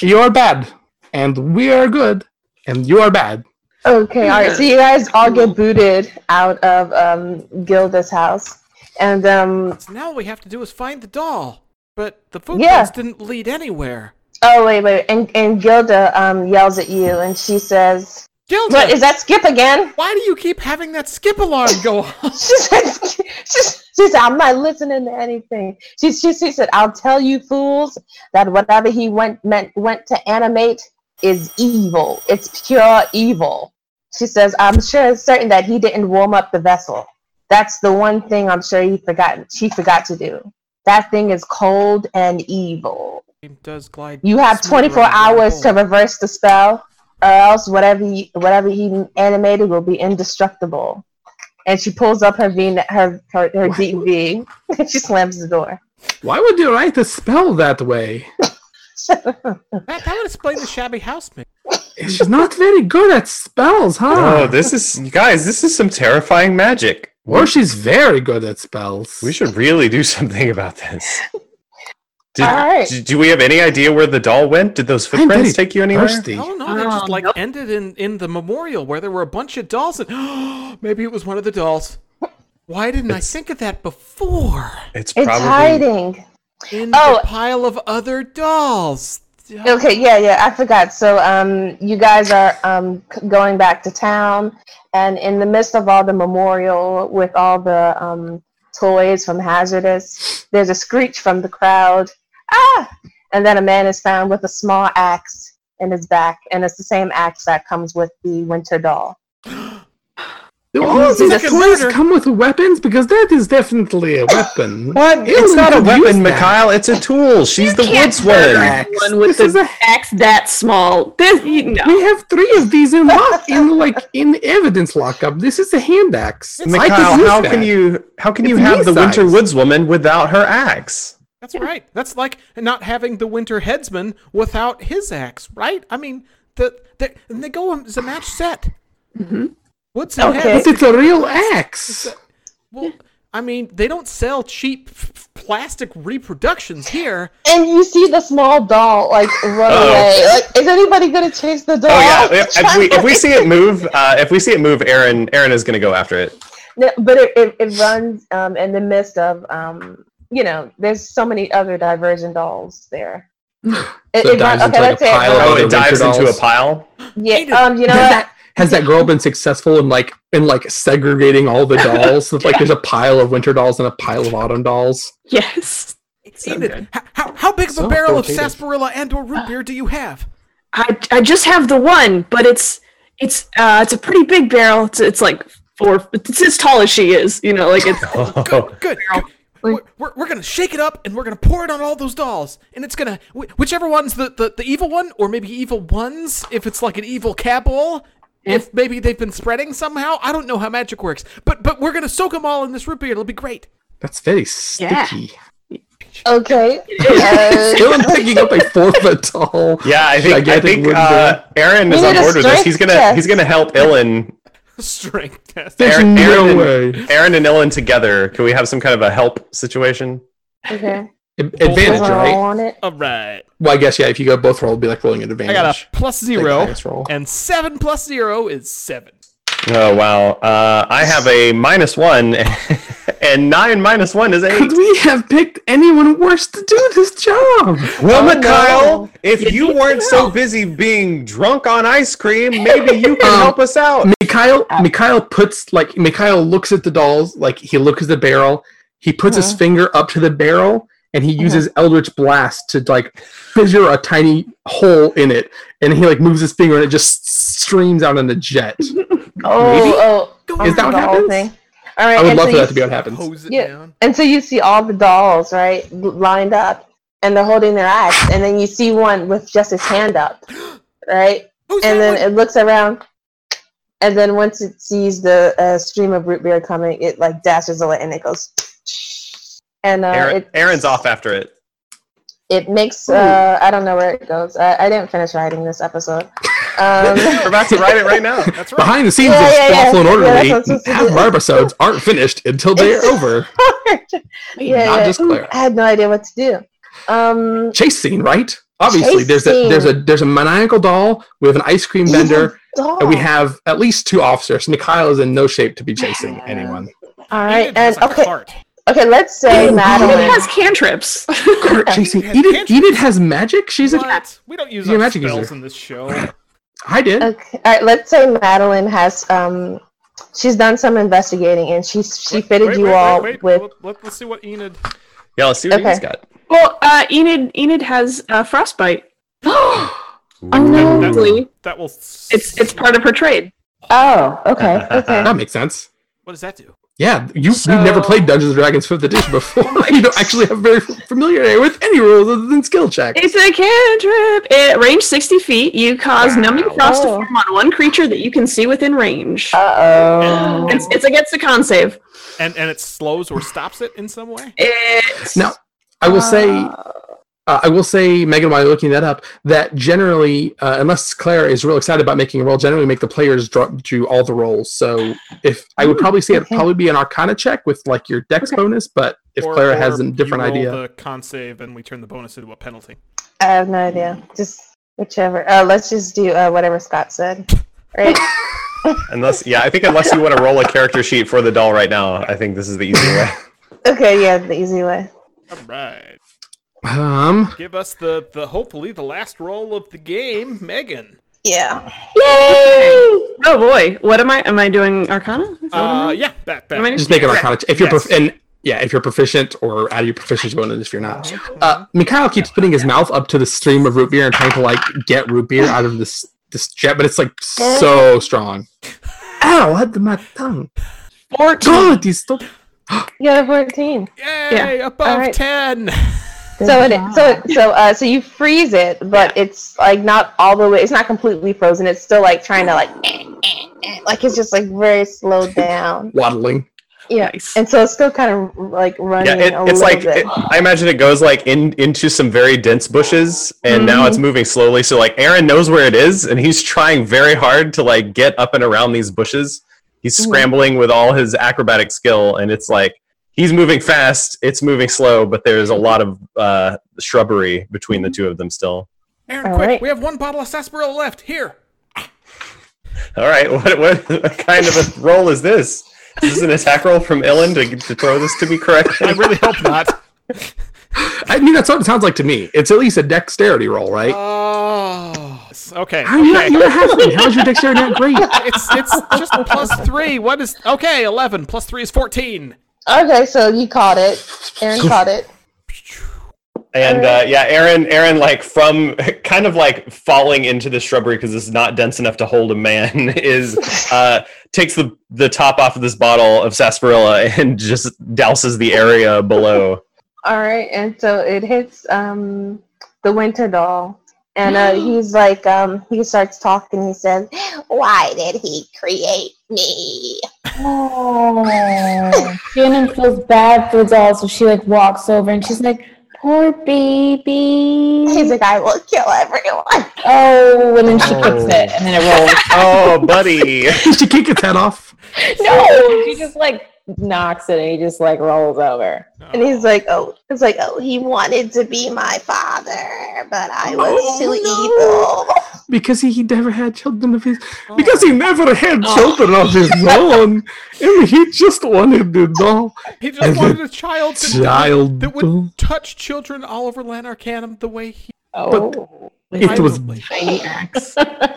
D: you are bad, and we are good, and you are bad.
C: Okay. All right. So you guys all get booted out of um, Gilda's house. And um,
A: So now all we have to do is find the doll. But the food
C: Yeah.
A: place didn't lead anywhere.
C: oh wait, wait, and and Gilda um, yells at you, and she says,
A: Gilda,
C: "What is that? Skip again?"
A: why do you keep having that skip alarm go on?
C: She said, she, she said, I'm not listening to anything. She, she, she said, I'll tell you fools that whatever he went meant went to animate is evil. It's pure evil. She says, I'm sure it's certain that he didn't warm up the vessel. That's the one thing I'm sure he forgot she forgot to do. That thing is cold and evil.
A: It does glide.
C: You have
A: smoothly
C: 24
A: around the
C: hours to
A: bowl.
C: reverse the spell, or else whatever you, whatever he animated will be indestructible. And she pulls up her V her her, her DV. she slams the door.
D: Why would you write the spell that way?
A: That, that would explain the shabby house mix.
D: She's not very good at spells,
E: Oh,
D: huh?
E: this is, guys, this is some terrifying magic.
D: or she's very good at spells.
E: We should really do something about this. Did,
C: All right.
E: d- do we have any idea where the doll went? Did those
D: I'm very
E: footprints take you anywhere?
D: thirsty.
A: Oh no, they just
G: Oh,
A: like
G: nope.
A: ended in in the memorial where there were a bunch of dolls, and maybe it was one of the dolls. Why didn't I think of that before?
E: It's
C: It's
E: probably
C: hiding.
A: In
C: Oh.
A: the pile of other dolls.
C: Okay, yeah, yeah, I forgot. So, um, you guys are um c- going back to town, and in the midst of all the memorial with all the um toys from Hazardous, there's a screech from the crowd. Ah! And then a man is found with a small axe in his back, and it's the same axe that comes with the winter doll.
D: Do
A: Oh,
D: all of
A: it's
D: these
A: like a
D: toys
A: murder.
D: come with weapons? Because that is definitely a weapon.
A: Oh,
E: What? It's
D: Ew,
E: not a
D: you use
E: weapon,
D: that.
E: Mikhail. It's a tool. She's the
G: can't
E: woods
G: murder
E: one.
D: Axe.
G: One with
D: This is
G: the
D: a-
G: axe that small. This, you, no.
D: We have three of these in lock in like in evidence lockup. This is a hand axe. I could
E: Mikhail,
D: use
E: how
D: that.
E: can you how can you
D: It's
E: have
D: me
E: the Winter
D: size.
E: Woods woman without her axe?
A: That's right. That's like not having the winter headsman without his axe, right? I mean, the, the and they go as a match set. What's the
G: Mm-hmm. Okay.
D: But
A: heads?
D: it's a real axe.
A: Well, I mean, they don't sell cheap f- f- plastic reproductions here.
C: And you see the small doll like run away. Like, is anybody gonna chase the doll?
E: Oh yeah, if we, if we see it move, uh, if we see it move, Aaron Aaron is going to go after it.
C: No, but it, it, it runs um, in the midst of um, you know there's so many other divergent dolls there it,
D: So it
C: it run-
D: dives into,
C: okay
D: like,
C: let's
D: a
C: say it
D: pile of
E: Oh,
C: runs-
D: the
E: it dives
D: winter
E: into a
D: dolls.
E: pile.
A: Peter.
C: yeah um you know
D: Has
C: what
D: that, has that girl been successful in like in like segregating all the dolls? So, like there's a pile of winter dolls and a pile of autumn dolls.
G: Yes. So
A: Enid,
G: good.
A: h- how, how big of a
D: So
A: barrel of
D: authoritative.
A: sarsaparilla and or root beer do you have?
G: I, I just have the one, but it's it's uh it's a pretty big barrel. It's, it's like four. It's as tall as she is. You know, like it's
A: Good, good. good. We're, we're, we're gonna shake it up and we're gonna pour it on all those dolls, and it's gonna wh- whichever one's the, the, the evil one, or maybe evil ones, if it's like an evil cabal, if maybe they've been spreading somehow. I don't know how magic works, but but we're gonna soak them all in this root beer. It'll be great.
D: That's very sticky.
C: okay uh,
D: Still, I'm picking up a four foot tall.
E: Yeah, I think I
D: gigantic
E: think
D: wooden
E: uh,
D: barrel.
E: Aaron is
C: We
E: on
C: need a
E: board with this.
C: strength
E: He's gonna
C: test.
E: he's gonna help Ilan.
A: Strength test.
D: There's
E: Aaron,
D: no
E: Aaron
D: way.
E: and, Aaron and Ilan together. Can we have some kind of a help situation?
C: okay
D: Ad- Advantage,
C: Does it roll
D: right?
C: on it
A: All right.
D: Well, I guess yeah. If you go both roll, it'd be like rolling an
A: I
D: advantage.
A: got a plus
D: Take the
A: zero,
D: highest roll.
A: and seven plus zero is seven.
E: Oh wow, uh, I have a minus one, and nine minus one is eight.
D: Could we have picked anyone worse to do this job?
E: Well,
C: Oh,
E: Mikhail,
C: no.
E: if you weren't so busy being drunk on ice cream, maybe you can
D: Um,
E: help us out.
D: Mikhail
C: Uh,
D: Mikhail puts like Mikhail looks at the dolls, like he looks at the barrel, he puts
C: Uh-huh.
D: his finger up to the barrel, and he uses Eldritch Blast to like fissure a tiny hole in it, and he like moves his finger and it just streams out in a jet. Maybe?
C: oh
A: Go
C: oh
D: Is that what
C: the whole
D: happens?
C: thing all right
D: I would
C: and
D: love
C: so
D: for
C: you
D: that to be what happens.
A: Hose it
C: Yeah.
A: down.
C: And so you see all the dolls, right, l- lined up, and they're holding their axe, and then you see one with just his hand up, right?
A: Who's
C: And
A: that
C: then it looks around, and then once it sees the uh, stream of root beer coming, it like dashes away, and it goes. And uh,
E: Aaron,
C: it,
E: Aaron's off after it.
C: It makes uh, I don't know where it goes. I, I didn't finish writing this episode. Um,
E: We're about to write it right now.
A: That's right.
D: Behind the scenes
C: Yeah,
D: of
C: yeah, yeah.
D: Lawful and
C: Yeah, that's
D: Orderly,
C: what I'm supposed to
D: half
C: do.
D: of our episodes aren't finished until they are over.
C: yeah,
D: Not
C: yeah.
D: just Clara.
C: I had no idea what to do. Um,
D: Chase scene, right? Obviously,
C: Chase
D: there's a
C: scene.
D: there's a there's a maniacal doll. We have an ice cream
C: Evil
D: vendor,
C: doll.
D: and we have at least two officers. Mikhail is in no shape to be chasing anyone.
C: all right,
A: Enid has
C: and
A: a
C: okay,
A: cart.
C: okay. Let's say
G: it
C: Madeline.
G: has cantrips.
D: Cart chasing.
A: Edith has
D: Edith,
A: cantrips.
D: Edith has magic. She's a.
A: What? We don't use
D: She's a
A: our
D: magic
A: spells
D: user.
A: in this show.
D: I did.
C: Okay. All right. Let's say Madeline has um, she's done some investigating and she she
A: Wait,
C: fitted
A: wait,
C: you
A: wait,
C: all
A: wait, wait.
C: with.
A: Let, us see what Enid.
E: Yeah, let's see what
C: Okay.
E: he's got.
G: well, uh, Enid Enid has uh, frostbite.
F: Oh no.
A: That,
G: Really?
A: that will.
G: It's it's part of her trade.
C: Oh, okay, okay.
D: That makes sense.
A: What does that do?
D: Yeah, you
G: So-
D: you've never played Dungeons and Dragons Fifth Edition before. you don't actually have very familiar with any rules other than skill check.
G: It's a cantrip. It range sixty feet. You cause numbing frost to
C: Oh.
G: form on one creature that you can see within range.
C: Uh
G: it's, it's against a con save.
A: And and it slows or stops it in some way.
G: It's
D: Now, I will say, uh, I will say, Megan, while you're looking that up, that generally, uh, unless Claire is real excited about making a roll, generally make the players draw, do all the rolls. So if I would probably say it'd
C: okay.
D: probably be an Arcana check with like your Dex bonus, but if
A: Or-
D: Clara
A: or
D: has a different
A: you roll
D: idea,
A: the con save and we turn the bonus into a penalty.
C: I have no idea. Just whichever. Uh, let's just do uh, whatever Scott said. Right.
E: Unless, yeah, I think unless you want to roll a character sheet for the doll right now, I think this is the easy way.
C: okay. Yeah, the easy way.
A: All right.
D: Um,
A: Give us the, the hopefully the last roll of the game, Megan.
C: Yeah.
G: Oh boy, what am I? Am I doing Arcana? Is that what I'm
A: Uh,
G: doing?
A: yeah, that
G: Am I
A: that.
G: doing-
D: just make it arcana. If you're
G: Yes.
D: prof- and yeah, if you're proficient or out of your proficiency bonus, if you're not. Uh, Mikhail keeps putting his mouth up to the stream of root beer and trying to like get root beer out of this this jet, but it's like so strong. Ow! I had my tongue.
G: Fourteen.
D: God, these stuff.
C: You got a 14.
A: Yay, above
C: All right.
A: ten.
C: so it
F: job.
C: so it, so uh so you freeze it but it's like not all the way it's not completely frozen it's still like trying to like like it's just like very slowed down
D: waddling.
C: yeah
G: Nice.
C: and so it's still kind of like running
E: Yeah, it,
C: a little
E: it's like
C: bit.
E: it, I imagine it goes like in into some very dense bushes, and now
C: Mm-hmm.
E: it's moving slowly. So like Aaron knows where it is, and he's trying very hard to like get up and around these bushes. He's
C: Mm-hmm.
E: scrambling with all his acrobatic skill, and it's like he's moving fast, it's moving slow, but there's a lot of uh, shrubbery between the two of them still.
A: Aaron,
F: All
A: quick,
F: right.
A: we have one bottle of sarsaparilla left. Here.
E: All right, what what kind of a roll is this? Is this an attack roll from Ellen to, to throw this to me correctly?
A: I really hope not.
D: I mean, that's what it sounds like to me. It's at least a dexterity roll, right?
A: Oh, okay.
D: How are you not,
A: okay.
D: you're a halfling. How's your dexterity not great?
A: It's it's just plus three. What is okay? Eleven plus three is fourteen.
C: okay so you caught it aaron caught it
E: And uh, yeah, Aaron, Aaron, like from kind of like falling into the shrubbery because it's not dense enough to hold a man, is uh, takes the the top off of this bottle of sarsaparilla and just douses the area below.
C: all right and so it hits um the winter doll and uh, he's like um he starts talking he says why did he create me
F: Oh, Shannon feels bad for Doll, so she like walks over and she's like, "Poor baby."
C: he's like i will kill everyone
F: oh, and then she kicks it, and then it rolls.
E: Oh, buddy!
D: she kick its head off.
F: no, she just like knocks it, and he just like rolls over.
C: And he's like, oh, it's like, oh, he wanted to be my father, but I was too evil.
D: Because he, he never had children of his because he never had children of his own. And he just wanted the doll.
A: He just wanted a child to,
D: Child
A: that
D: doll.
A: would touch children all over Lanarcanum the way he.
F: Oh,
D: It was
F: tiny axe.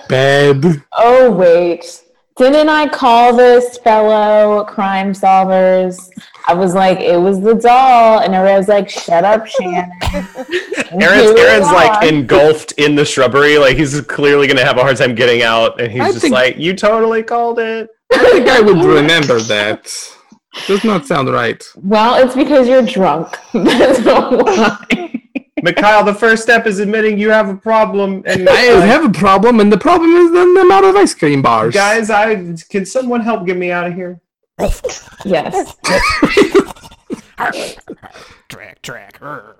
D: bad.
F: oh wait, didn't I call this fellow crime solvers? I was like, it was the doll, and Arena's like, "Shut up, Shannon."
E: Aaron's Aaron's like engulfed in the shrubbery, like he's clearly gonna have a hard time getting out, and he's
D: I
E: just
D: think-
E: like, "You totally called it."
D: I think I would remember that. Does not sound right.
F: Well, it's because you're drunk. That's why.
E: Mikhail, the first step is admitting you have a problem, and
D: I have a problem, and the problem is the amount of ice cream bars.
E: guys, I can someone help get me out of here?
F: Yes.
A: Track, track. err.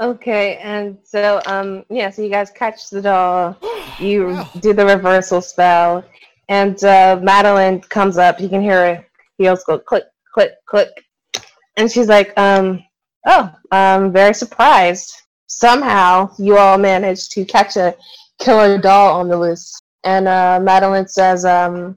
C: Okay, and so, um, yeah, so you guys catch the doll, you do the reversal spell, and uh, Madeline comes up. You can hear her heels go click, click, click, and she's like, um, oh, I'm very surprised. Somehow you all managed to catch a killer doll on the loose. And uh, Madeline says, um,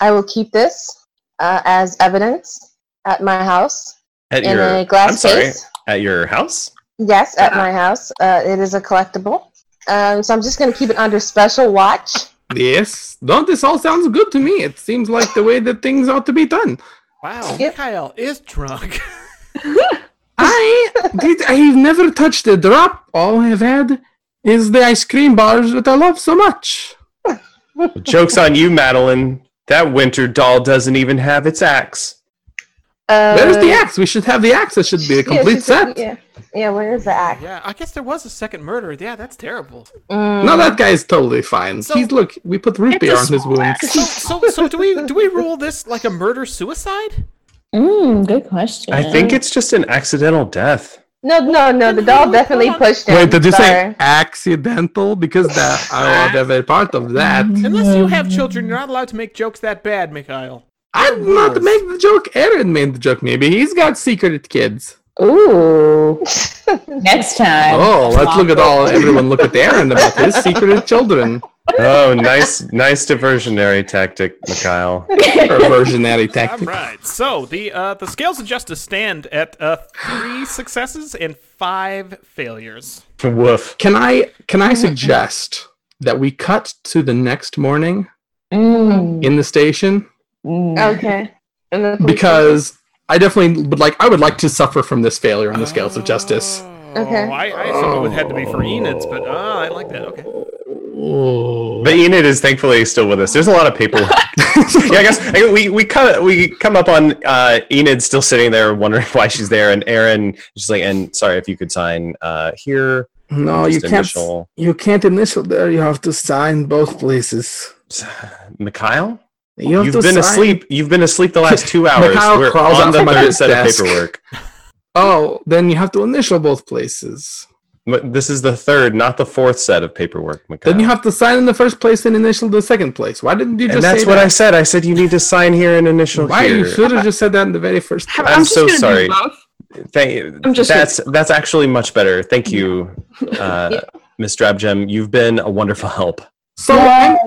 C: I will keep this uh, as evidence at my house
E: At
C: in
E: your,
C: a glass
E: I'm sorry.
C: case.
E: At your house?
C: Yes, at
D: Uh-huh.
C: my house. Uh, it is a collectible. Um, so I'm just going to keep it under special watch.
D: Yes. No, this all sounds good to me. It seems like the way that things ought to be done.
A: Wow,
C: Yep.
A: Mikhail is drunk.
D: I did, I've never touched a drop. All I've had is the ice cream bars that I love so much.
E: Joke's on you, Madeline. That winter doll doesn't even have its axe.
C: Uh,
D: Where's the axe? We should have the axe. It should be a
C: yeah,
D: complete
C: she's-
D: set.
C: Yeah, yeah, where is the axe?
A: yeah, I guess there was a second murder. Yeah, that's terrible.
C: Mm.
D: No, that guy's totally fine.
A: So-
D: He's look. We put root
G: Uh-huh. It's a
D: beer on his
G: small
D: wounds.
G: axe.
A: So, so, so do we do we rule this like a murder suicide?
F: Mm, good question.
E: I think it's just an accidental death.
C: no, no, no. The doll definitely pushed him.
D: Wait, did you
C: Sorry.
D: say accidental? Because that I want every part of that.
G: Mm-hmm.
A: Unless you have children, you're not allowed to make jokes that bad, Mikhail.
D: I did not
A: rules.
D: make the joke. Aaron made the joke. Maybe he's got secret kids.
F: Ooh. Next time.
D: Oh, let's look at all. Everyone look at Aaron about his secret children.
E: Oh, nice, nice diversionary tactic, Mikhail.
D: Perversionary
A: All
D: tactic.
A: right. So the uh, the scales of justice stand at uh, three successes and five failures.
E: Woof.
D: Can I can
C: Mm-hmm.
D: I suggest that we cut to the next morning
F: Mm,
D: in the station
E: Oh.
F: mm.
C: Okay. And the police-
D: because I definitely would like I would like to suffer from this failure on the scales of justice.
C: Okay.
A: Oh, I, I assume it would have to be for Enid's, but uh, I like that. Okay.
D: Oh.
E: But Enid is thankfully still with us. There's a lot of paperwork. yeah, I guess I guess we we come we come up on uh, Enid still sitting there wondering why she's there, and Aaron just like, and sorry if you could sign uh, here.
D: No, you
E: just
D: can't.
E: initial.
D: You can't initial there. You have to sign both places.
E: Mikhail,
D: You have
E: you've
D: to
E: been
D: sign-
E: asleep. You've been asleep the last two hours.
D: Mikhail
E: We're
D: crawls
E: on
D: out
E: the
D: from
E: other
D: under
E: set of
D: his desk.
E: paperwork.
D: Oh, then you have to initial both places.
E: But this is the third, not the fourth set of paperwork, Mikhail.
D: Then you have to sign in the first place and initial the second place. Why didn't you just
E: and that's
D: say
E: what I
D: that?
E: said. I said you need to sign here and initial
D: Why
E: here.
D: you should have just said that in the very first
G: How-
D: place.
E: I'm
G: just
E: so
G: gonna do
E: sorry.
G: both.
E: Thank you.
G: I'm just-
E: that's that's actually much better. Thank you, uh, Miss Drabgem. You've been a wonderful help.
D: So,
F: Yes.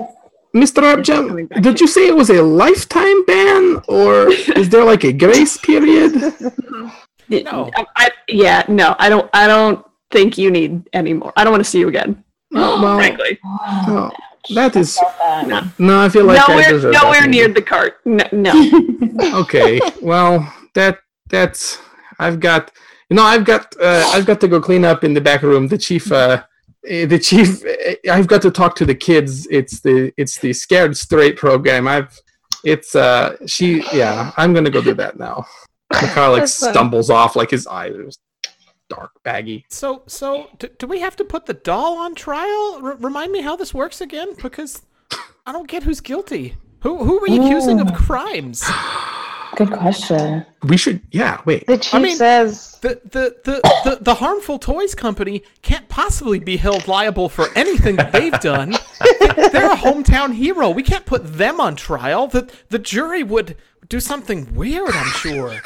D: Mr.
G: coming
D: Abjam,
G: back
D: did you say it was a lifetime ban, or is there like a grace period?
A: No.
G: I, I- yeah, no, I don't. I don't think you need any more. I don't want to see you again. Oh
D: No, well,
G: frankly,
D: no, oh, that is
G: No.
D: no. I feel like I
G: nowhere,
D: deserve
G: nowhere
D: that
G: near the cart. No, no.
D: okay well that that's i've got you know i've got uh, i've got to go clean up in the back room the chief uh eh, the chief eh, i've got to talk to the kids it's the it's the scared straight program i've it's uh she yeah i'm gonna go do that now Mikhail like
C: That's funny.
D: stumbles off like his eyes are just dark baggy
A: So so do, do we have to put the doll on trial? R- remind me how this works again, because I don't get who's guilty. Who who are you accusing of crimes?
F: Good question.
D: we should yeah wait
C: the chief
A: I mean-
C: says,
A: The the, the, the the harmful toys company can't possibly be held liable for anything that they've done. They're a hometown hero. We can't put them on trial. The the jury would do something weird, I'm sure.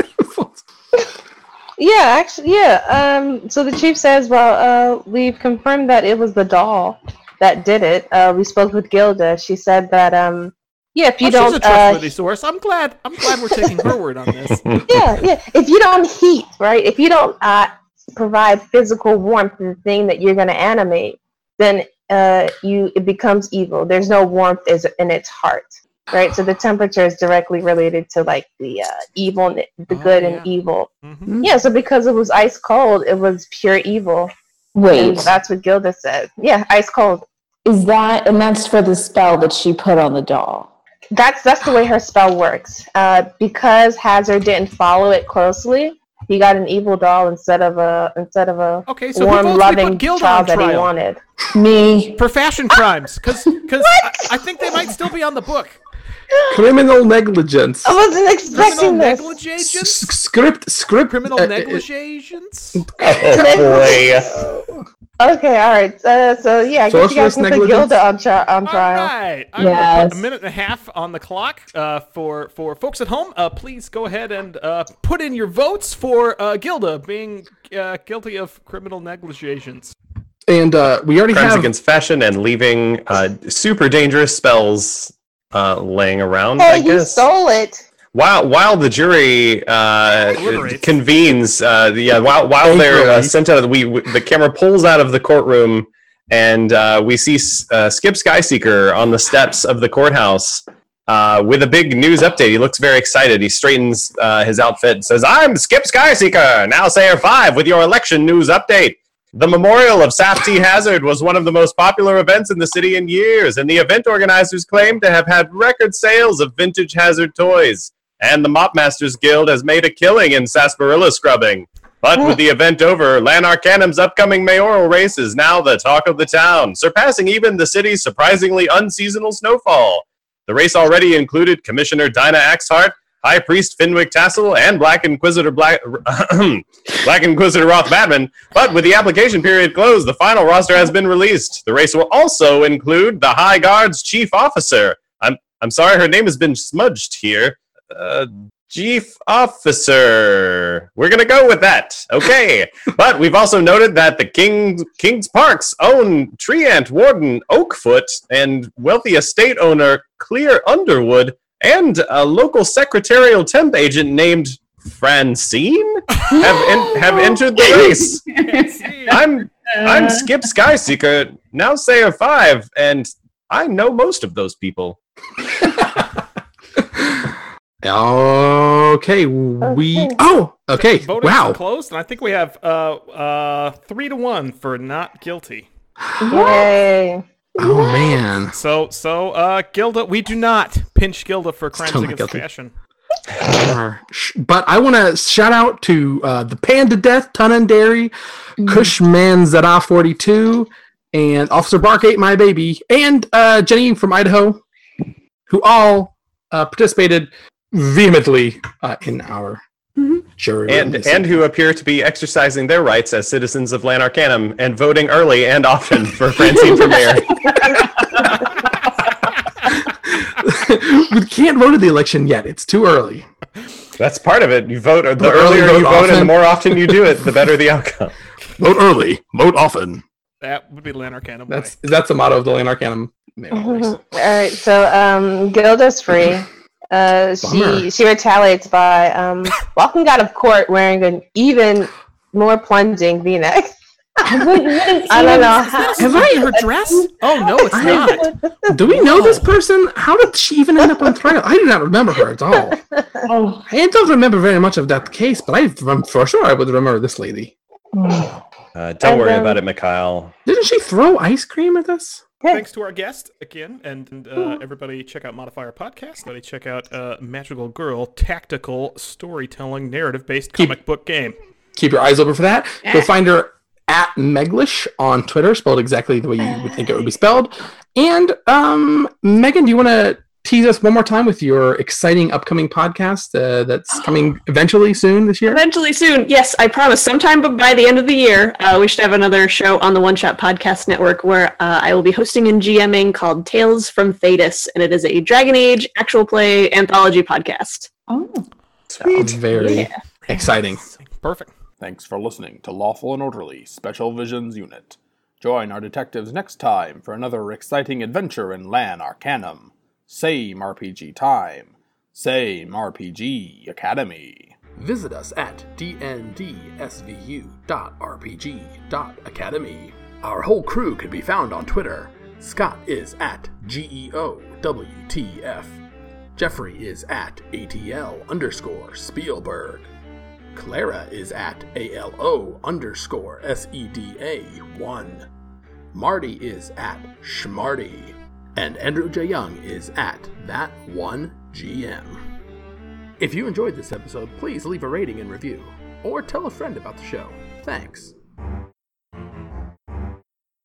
C: "Yeah, actually, yeah." Um, so the chief says, "Well, uh, we've confirmed that it was the doll that did it. Uh, we spoke with Gilda. She said that, um, yeah, if you
A: Oh,
C: don't,
A: she's a
C: uh,
A: trustworthy source. I'm glad I'm glad we're taking her word on this.
C: yeah, yeah. If you don't heat, right? If you don't uh, provide physical warmth to the thing that you're going to animate, then uh, you it becomes evil. There's no warmth is in its heart, right? So the temperature is directly related to like the uh, evil, and the
A: Oh,
C: good
A: yeah.
C: and evil.
A: Mhm.
C: Yeah. So because it was ice cold, it was pure evil. And
F: Wait,
C: that's what Gilda said. Yeah, ice cold.
F: is that and that's for the spell that she put on the doll?
C: That's that's the way her spell works. Uh, because Hazard didn't follow it closely, he got an evil doll instead of a instead of a
A: Okay, so
C: warm,
A: who votes we
C: loving
A: put Gilda on
C: child that he
A: trial
C: wanted.
F: Me.
A: for fashion crimes? Because I, I think they might still be on the book.
D: criminal negligence
C: I wasn't
A: Criminal
C: expecting
D: S-
C: this.
A: negligence.
D: s- script script
A: Criminal
D: uh, uh,
A: negligence.
E: Oh
C: Okay, all right. Uh, so yeah, I guess you
D: Sorceress
C: guys can put
D: negligence?
C: Gilda on, tri- on
A: All
C: trial.
A: right. I'm gonna put
F: Yes.
A: a minute and a half on the clock uh, for for folks at home. Uh, please go ahead and uh, put in your votes for uh, Gilda being uh, guilty of criminal negligence.
D: and uh we already
E: Crimes
D: have
E: against fashion and leaving uh, super dangerous spells uh, laying around. I
D: Oh,
C: Hey, you
E: guess.
C: stole it.
E: While while the jury uh,
A: Deliberates.
E: convenes, uh, yeah, while while they're uh, sent out, we, we the camera pulls out of the courtroom, and uh, we see S- uh, Skip Skyseeker on the steps of the courthouse uh, with a big news update. He looks very excited. He straightens uh, his outfit and says, "I'm Skip Skyseeker, now Sayer Five, with your election news update." The memorial of Safety Hazard was one of the most popular events in the city in years, and the event organizers claim to have had record sales of vintage hazard toys. And the Mopmasters Guild has made a killing in sarsaparilla scrubbing. But with the event over, Lanarkanum's upcoming mayoral race is now the talk of the town, surpassing even the city's surprisingly unseasonal snowfall. The race already included Commissioner Dinah Axhart, High Priest Finwick Tassel, and Black Inquisitor Black, Black Inquisitor Roth Badman. But with the application period closed, the final roster has been released. The race will also include the High Guard's chief officer. I'm I'm sorry, her name has been smudged here. Uh, chief officer. We're gonna go with that, okay? but we've also noted that the King King's Park's own treant warden Oakfoot and wealthy estate owner Clear Underwood and a local secretarial temp agent named Francine have en- have entered the race. I'm I'm Skip Skyseeker, now Sayer Five, and I know most of those people.
D: Okay, we.
F: Okay.
D: Oh, okay.
A: Voting's
D: Wow.
A: closed, and I think we have uh, uh, three to one for not guilty.
C: Yay.
D: Oh man.
A: So, so uh, Gilda, we do not pinch Gilda for crimes
D: Still not
A: against
D: guilty.
A: fashion.
D: Arr. Sh- But I want to shout out to uh, the Panda Death, Tunandari, Cushman Zara 42, and Officer Bark Ate My Baby, and uh, Jenny from Idaho, who all uh, participated vehemently uh, in our
G: Mhm.
D: jury.
E: and
D: room.
E: and who appear to be exercising their rights as citizens of Lanarcanum and voting early and often for Francine for mayor.
D: we can't vote in the election yet. It's too early.
E: That's part of it. You vote the,
D: The early
E: earlier
D: vote
E: you vote, and the
D: often.
E: more often you do it, the better the outcome.
D: Vote early. Vote often.
A: That would be Lanarkana.
D: That's that's the motto of the Lanarcanum.
C: All right, so um, Gilda's free. Uh,
D: Bummer.
C: she she retaliates by um, walking out of court wearing an even more plunging V-neck. I don't know. How,
A: Have I her dress? Oh no, it's not.
D: Do we know this person? How did she even end up on trial? I do not remember her at all.
G: Oh,
D: I don't remember very much of that case, but I rem- for sure I would remember this lady.
E: Uh, don't
C: And
E: worry
C: then-
E: about it, Mikhail.
D: Didn't she throw ice cream at us?
A: Thanks to our guest again, and, and uh, everybody check out Modifier Podcast. Everybody check out uh, Magical Girl Tactical Storytelling Narrative Based
D: Keep-
A: Comic Book Game.
D: Keep your eyes open for that. You'll find her at Meglish on Twitter, spelled exactly the way you would think it would be spelled. And um, Megan, do you want to tease us one more time with your exciting upcoming podcast uh, that's coming eventually soon this year?
G: Eventually, soon. Yes, I promise. Sometime but by the end of the year, uh, we should have another show on the One Shot Podcast Network where uh, I will be hosting and GMing called Tales from Thetis, and it is a Dragon Age actual play anthology podcast.
F: Oh.
D: Very
G: Yeah.
D: exciting.
A: Perfect.
B: Thanks for listening to Lawful and Orderly Special Visions Unit. Join our detectives next time for another exciting adventure in Lan Arcanum. Same RPG time, same RPG Academy. Visit us at dndsvu.rpg.academy. Our whole crew can be found on Twitter. Scott is at E GEOWTF. Jeffrey is at ATL underscore Spielberg. Clara is at ALO underscore E SEDA 1. Marty is at Schmarty. And Andrew J. Young is at That One GM. If you enjoyed this episode, please leave a rating and review, or tell a friend about the show. Thanks.